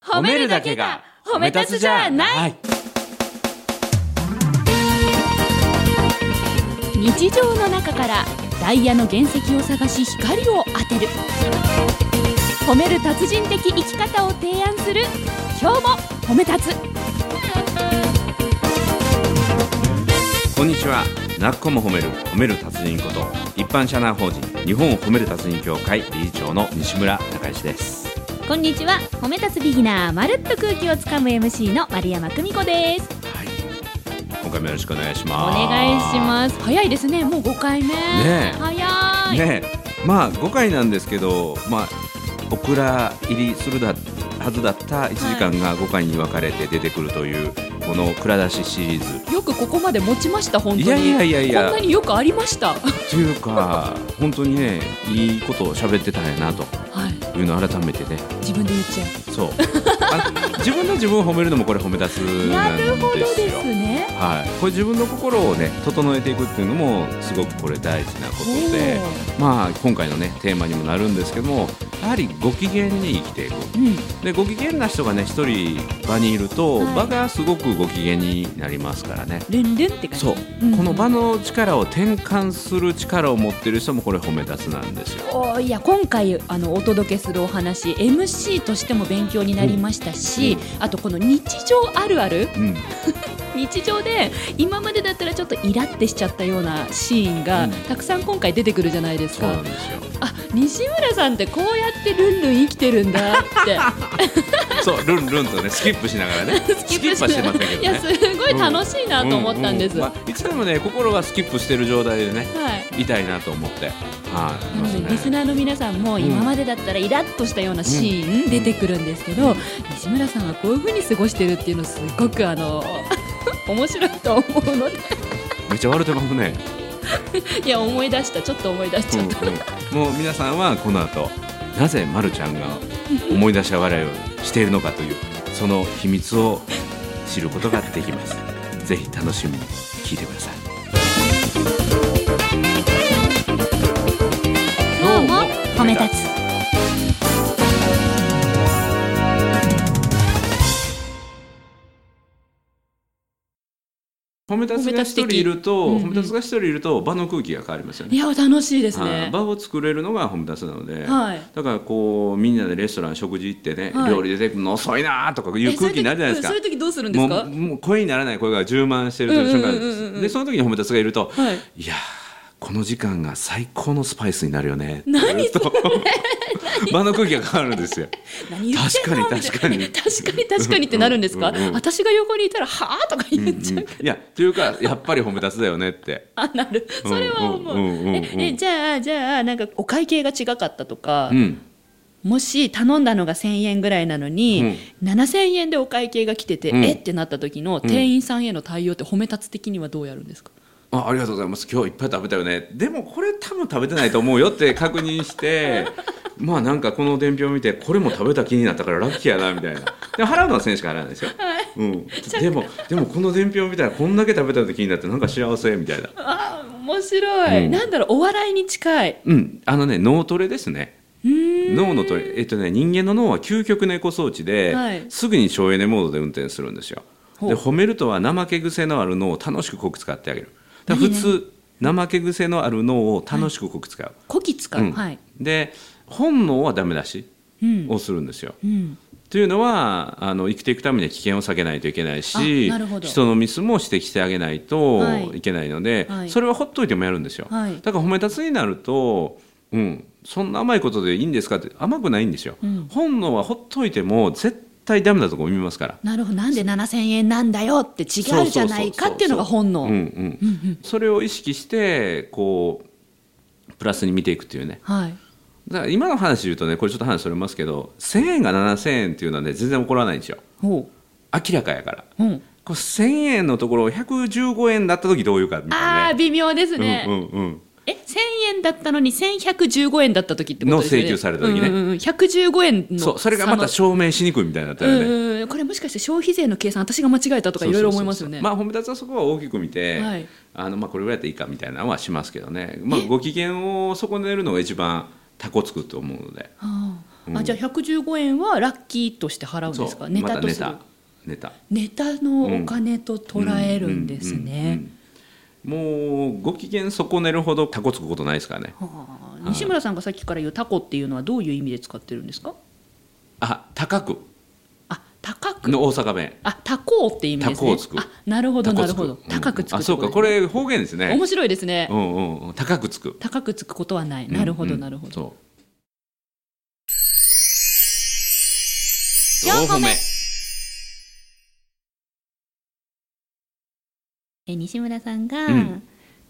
褒めるだけが褒め立つじゃない日常の中からダイヤの原石を探し光を当てる褒める達人的生き方を提案する今日も褒め立つこんにちはなっこも褒める褒める達人こと一般社団法人日本褒める達人協会理事長の西村孝之ですこんにちは褒め立つビギナーまるっと空気をつかむ MC の丸山久美子ですはい今回もよろしくお願いしおます願いします早いですねもう5回目ねえ早い、ねえまあ5回なんですけどまあオクラ入りするだはずだった1時間が5回に分かれて出てくるという、この蔵出しシリーズよくここまで持ちました本当にいやいやいやいやこんなによくありましたはっていうか本当にねいいことを喋ってたんやなといいうのを改めてね自分で言っちゃそうあ自分で自分を褒めるのもこれ褒め立つうなんですよねはい、これ自分の心をね整えていくっていうのもすごくこれ大事なことで、まあ、今回のねテーマにもなるんですけどもやはりご機嫌に生きていくおーうんでご機嫌な人がね一人場にいると、はい場がすごくご機嫌になりますからねルンルンって感じそう、んこの場の力を転換する力を持ってる人もこれ褒め立つなんですよ。おーいや今回あのお届けするお話 MC としても勉強になりましたし、あとこの日常あるあるうん、日常で今までだったらちょっとイラってしちゃったようなシーンが、うんたくさん今回出てくるじゃないですそうなんかですよ。あ西村さんってこうやってルンルン生きてるんだってそう、ルンルンとね、スキップしながらね。 スキップはしてませんけどいやね。すごい楽しいなと思ったんです、ううまあいつでもね、心がスキップしてる状態でね、はいいたいなと思って。はない。のでリスね。ナーの皆さんもん今までだったらイラッとしたようなシーン出てくるんですけど、西村さんはこういうふうに過ごしてるっていうのすごくあ の面白いと思うのでめっちゃ笑ってますね。いや思い出したちょっと思い出しちゃった、うんうんもう皆さんはこの後、なぜまるちゃんが思い出し笑いをしているのかという、その秘密を知ることができ ます。ぜひ楽しみに聞いてください。今日も褒め立つ褒め立つが一人いると、褒め立つ的褒め立つが一人いると、場の空気が変わりますよねい。や楽しいですはいね場を作れるのが褒め立つなので。はいだからこうみんなでレストラン食事行ってね、はい料理出てくるの遅いなとかいう空気になるじゃないですえかそういう時うんそういう時どうするんですかもうもう声にならない声が充満してるという瞬間うんうんうんうんうんでその時に褒めたつがいると、はいい、やーこの時間が最高のスパイスになるよね何と 場の空気が変わる んですよ。何言ってんの確かに確かにみたいな確かに確かにってなるんですか、うんうんうん私が横にいたらはあとか言っちゃう、うんいやというかやっぱり褒めたつだよねって。あなるうんそれは思う,、うんうんうんうんええじゃあじゃあなんかお会計が違かったとか、うんもし頼んだのが1000円ぐらいなのに、7000円でお会計が来てて、うんえってなった時の店員さんへの対応って褒め立つ的にはどうやるんですか、あありがとうございます今日いっぱい食べたよねでもこれ多分食べてないと思うよって確認して まあなんかこの伝票見てこれも食べた気になったからラッキーやなみたいなで払うのは選手しか払わないですよ、うん、でもでもこの伝票見たらこんだけ食べたって気になってなんか幸せみたいなああ面白い、うんなんだろうお笑いに近いうんあのね脳トレですねうーん脳のトレえっとね人間の脳は究極のエコ装置で、はいすぐに省エネモードで運転するんですよほうで褒めるとは怠け癖のある脳を楽しく濃く使ってあげるだから普通怠け癖のある脳を楽しく濃く使う、こき使う、うんはい、で本能はダメ出しうんをするんですよ。うん、というのはあの生きていくためには危険を避けないといけないしあなるほど人のミスも指摘してあげないとはいいけないので、はいそれはほっといてもやるんですよ。はいだから褒め立つになると、うん、そんな甘いことでいいんですかって甘くないんですよ。うん本能はほっといても絶対ダメだとこ見ますから。なるほどなんで7000円なんだよって違うじゃないかっていうのが本能、うんうんそれを意識してこうプラスに見ていくっていうね。はいだから今の話で言うとねこれちょっと話それますけど1000円が7000円っていうのはね全然怒らないんですよほ明らかやからう、うん、こう1000円のところを115円だった時どういうかみたいあなあね微妙ですね、うんうんえ1000円だったのに1115円だった時ってことですよねの請求された時ねうんうんうん、115円うのん、そうそれがまた差証明しにくいみたいになったのようね、んうんうんこれもしかして消費税の計算私が間違えたとかいろいろ思いますよねそうそうそうそうまあ、褒め立つはそこは大きく見て、はいあのまあ、これぐらいでいいかみたいなのはしますけどね、まあ、ご機嫌を損ねるのが一番タコつくと思うので、ああうんあじゃあ115円はラッキーとして払うんですかネタとする、またネタネタのお金と捉えるんですね。うんうんうんうんもうご機嫌損ねるほどタコつくことないですからねはあ西村さんがさっきから言うタコっていうのはどういう意味で使ってるんですかあ高くあ高くの大阪弁あタコって意味ですねタコをつくあなるほどタコなつるくほどうん高くつくあってそうとかでこれ方言ですね面白いですねうんうんうん高くつく高くつくことはないなるほどなるほどど四歩目え西村さんが、うん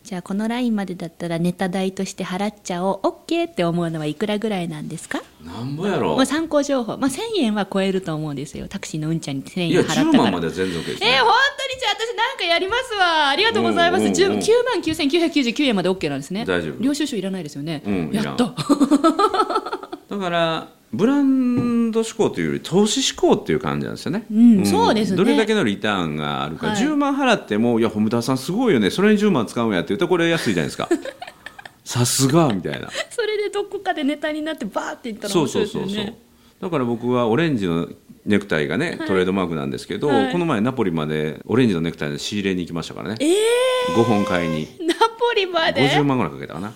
じゃあこのラインまでだったらネタ代として払っちゃおう OK って思うのはいくらぐらいなんですかなんぼやろもう参考情報、まあ、1000円は超えると思うんですよタクシーのうんちゃんに1000円いや払ったから10万までは全然 OK です、えねー、本当にじゃあ私なんかやりますわありがとうございますうんうんうん9万9999円まで OK なんですね大丈夫領収書いらないですよね、うんいらんや っとだからブランド志向というより投資志向っていう感じなんですよね、んそうですねどれだけのリターンがあるか、はい10万払ってもいやホムダさんすごいよねそれに10万使うんやって言うとこれ安いじゃない ですかさすがみたいなそれでどこかでネタになってバーっていったらそ面う白そいうですそようねそうだから僕はオレンジのネクタイがね、トレードマークなんですけど、はいこの前ナポリまでオレンジのネクタイの仕入れに行きましたからね、え5本買いにー、ナポリまで50万ぐらいかけた かな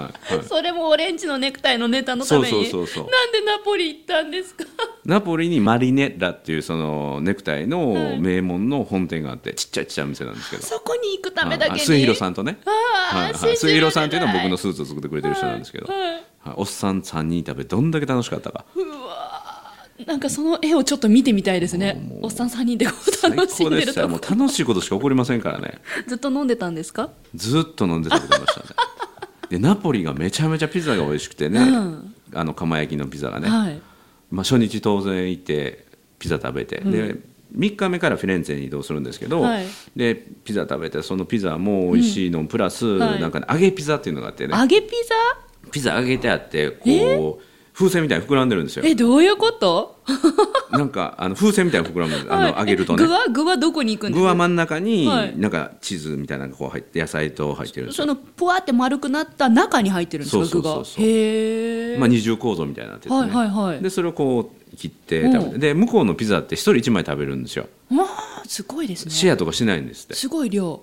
はい、はい、それもオレンジのネクタイのネタのためにそうそうそうそうなんでナポリ行ったんですかナポリにマリネッラっていうそのネクタイの名門の本店があって、ちっちゃいちっちゃい店なんですけどそこに行くためだけに末広さんとねああ末広さんっていうのは僕の信スーツを作ってくれてる人なんですけど、じられないはいはいおっさん3人いたべどんだけ楽しかったかなんかその絵をちょっと見てみたいですねもうもうおっさん3人でこう最楽し高んででるとしたよもう楽しいことしか起こりませんからねずっと飲んでたんですかずっと飲んで食べてました ねでナポリがめちゃめちゃピザが美味しくてね、うんあの釜焼きのピザがね、はいまあ、初日当然行ってピザ食べて、で3日目からフィレンツェに移動するんですけど、はいでピザ食べてそのピザも美味しいのプラス、はいなんかね揚げピザっていうのがあってね揚げピピザ揚げてあってこう風船みたいに膨らんでるんでザすよえどういうことなんかあの風船みたいに膨らむんですあの、はい揚げるとえね具は具はどこに行くんです具かは真ん中にはいなんかチーズみたいなのがこう入って野菜と入ってるんですそよ、のぷわって丸くなった中に入ってるんですかそう具そうそがうそうへえ、まあ、二重構造みたいになってて、ねはいはいはいでそれをこう切って食べうてで向こうのピザって一人一枚食べるんですよわあすごいですシェねアとかしないんですってすごい量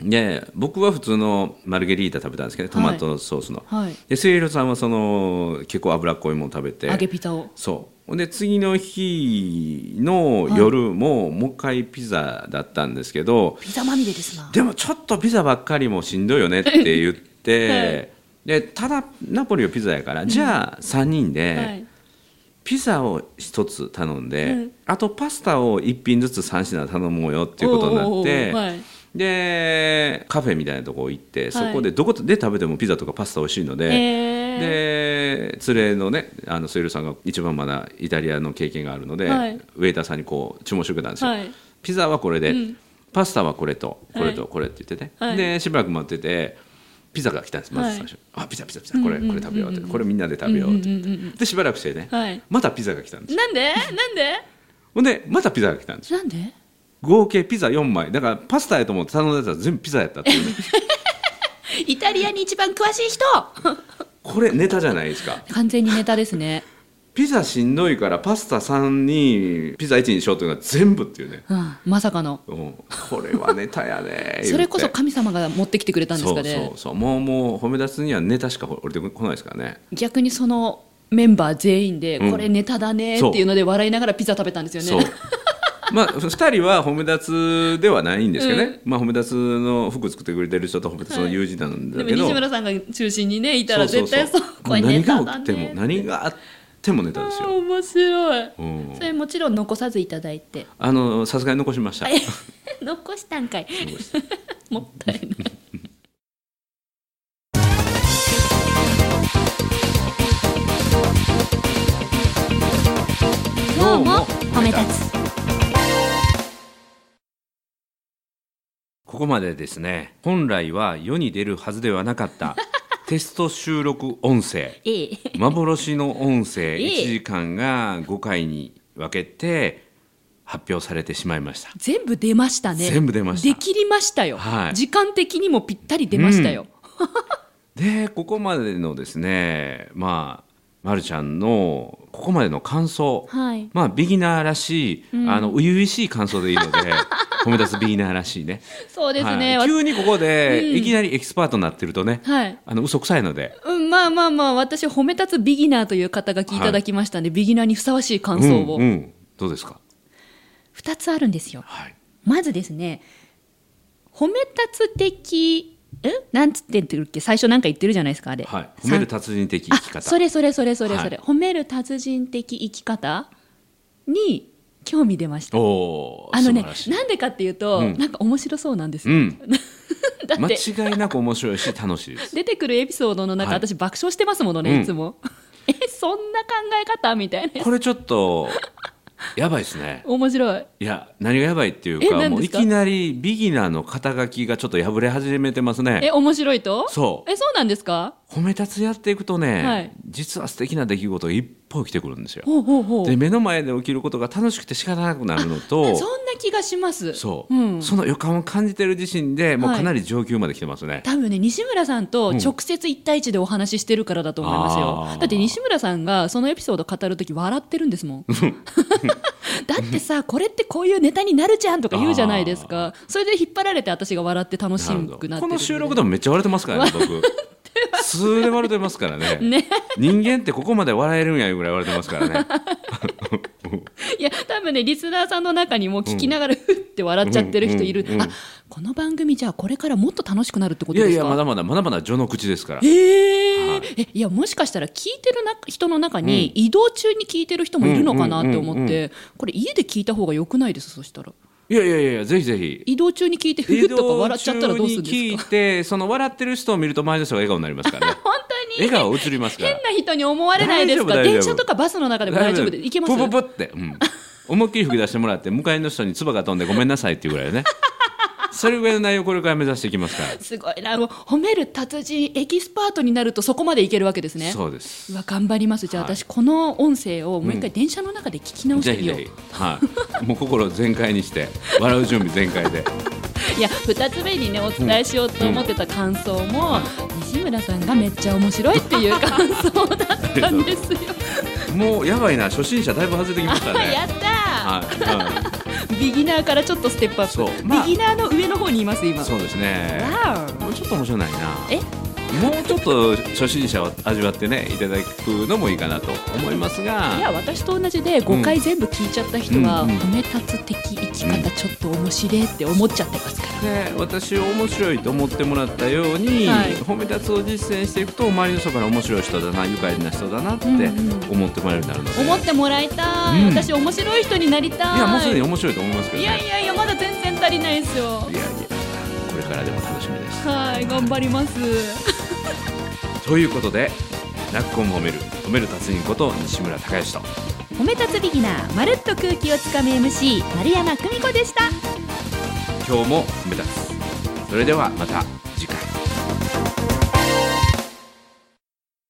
で僕は普通のマルゲリータ食べたんですけど、ね、トマトソースの、はいでセイロさんはその結構脂っこいもの食べて揚げピザをそうほんで次の日の夜も、もう一回ピザだったんですけどピザまみれですなでもちょっとピザばっかりもしんどいよねって言 って、でただナポリはピザやから、じゃあ3人で、はいピザを一つ頼んで、あとパスタを一品ずつ3品頼もうよっていうことになおーおーっておーはいでカフェみたいなとこ行ってそこでどこで食べてもピザとかパスタ美味しいので、で連れのねあのスイルさんが一番まだイタリアの経験があるので、はいウェイターさんにこう注文してくれたんですよ、はいピザはこれで、パスタはこれとこれとこれって言ってね、はいでしばらく待っててピザが来たんですまず最初、あピザピザピザこれこれ食べようってこれみんなで食べようって言って、でしばらくしてね、はいまたピザが来たんですよなんでなんでほんでまたピザが来たんですよなんで合計ピザ4枚だからパスタやと思って頼んだやつは全部ピザやったっていうねイタリアに一番詳しい人これネタじゃないですか 完全にネタですねピザしんどいからパスタ3にピザ1にしようというのは全部っていうね、うんまさかのうん、これはネタやね それこそ言うて神様が持ってきてくれたんですかねそうそうそうもうもう褒め出すにはネタしか降りてこないですからね逆にそのメンバー全員でうんこれネタだねっていうので笑いながらピザ食べたんですよね、そうまあ2人は褒め立つではないんですけどね、まあ褒め立つの服作ってくれてる人と褒め立つの友人なんだでもけど、西村さんが中心にねいたらそう絶対そそううそうこれもうネ何タがだ起ねきても何があってもネタですあーよ、面白い、うんそ、れもちろん残さずいただいてあのさすがに残し ました残したんかいもったいない今日も褒め立つ ここまでですね本来は世に出るはずではなかった テスト収録音声ええ幻の音声え1時間が5回に分けて発表されてしまいました全部出ましたね全部出ましたできりましたよ、はい時間的にもぴったり出ましたよ、でここまでのですねまあま、るちゃんのここまでの感想、はいまあビギナーらしい、あの初々しい感想でい いので褒め立つビギナーらしいねそうですね、は、はいい急にここでいきなりエキスパートになってるとね、はいあの嘘くさいのでうん、まあまあまあ私褒め立つビギナーという肩書きいただきましたんで、ビギナーにふさわしい感想を、うんうん、どうですか、 2つあるんですよはい、まずですね褒め立つ的えなんつってんってるっけ最初なんか言ってるじゃないですかあれ、はい、褒める達人的生きあそ方れそれそれそれそれ、は褒める達人的生き方に興味出ましたおおーあのね素晴らしいなんでかっていうと、うんなんか面白そうなんですうよ、ん、だって間違いなく面白いし楽し いです。出てくるエピソードの中、はい私爆笑してますものうんねいつも、 えそんな考え方みたいなこれちょっとやばいですね。面白いいや何がやばいっていうえか何もうでいすかきなりビギナーの肩書きがちょっと破れ始めてますね。え面白いとそうえそうなんですか褒め立つやっていくとね、はい実は素敵な出来事がいっぱい起きてくるんですよ。ほうほうほうで目の前で起きることが楽しくて仕方なくなるのとそんな気がしますそう、うんその予感を感じてる自身でもうかなり上級まで来てますね。多分ね西村さんと直接一対一でお話ししてるからだと思いますよ、あーだって西村さんがそのエピソード語るとき笑ってるんですもん だってさこれってこういうネタになるじゃんとか言うじゃないですかそれで引っ張られて私が笑って楽しくななるってるんでほどこの収録でもめっちゃ笑ってますからね僕数で笑ってますからねね人間ってここまで笑えるんやいうぐらい笑ってま すからねいや多分ねリスナーさんの中にも聞きながらふって笑っちゃってる人いる、うんうんうんあこの番組じゃあこれからもっと楽しくなるってこいとでやすかいやまだまだまだまだ序の口ですからえーはいえいやもしかしたら聞いてるな人の中に移動中に聞いてる人もいるのかなって思って、うんうんうんこれ家で聞いた方が良くないですそしたらいやいやいやぜひぜひ移動中に聞いてふふっとか笑っちゃったらどうするん移動中にで聞いすかてその笑ってる人を見ると前の人が笑顔になりますからね 本当に笑顔映りますから変な人に思われないですか大丈夫大丈夫電車とかバスの中でも大丈夫でいけますプププって、うん、思いっきり吹き出してもらって向かいの人に唾が飛んでごめんなさいっていうぐら いねそれぐらいの内容をこれから目指していきますから、すごいなもう褒める達人エキスパートになるとそこまでいけるわけですねそうですうわ頑張りますじゃあ、はい私この音声をもう一回電車の中で聞き直してぜひみよう、ぜひ、はい、もう心全開にして笑う準備全開でいや2つ目にねお伝えしようと思ってた感想も、西村さんがめっちゃ面白いっていう感想だったんですよ。もうやばいな初心者だいぶ外れてきま したねやったー、はいビギナーからちょっとステップアそッうプ、まあビギナーの上の方にいますう今ん、そうですねわもうちょっと面白ないなえもうちょっと初心者を味わってねいただくのもいいかなと思いますおいやが私と同じで5回全部聞いちゃった人は、うんうん褒め立つ的生き方ちょっと面白いって思っちゃってますから、で私を面白いと思ってもらったように、はい褒め立つを実践していくと周りの人から面白い人だな愉快な人だなってうんうん思ってもらえるようになるので、思ってもらいたい、うん私面白い人になりたいいやもうすでに面白いと思いますけどいねやいやいやまだ全然足りないですよいやいやこれからでも楽しみですはい頑張りますということでラッコも褒める褒める達人こと西村孝之と褒め立つビギナーまるっと空気をつかむ MC 丸山久美子でした今日も褒め立つそれではまた次回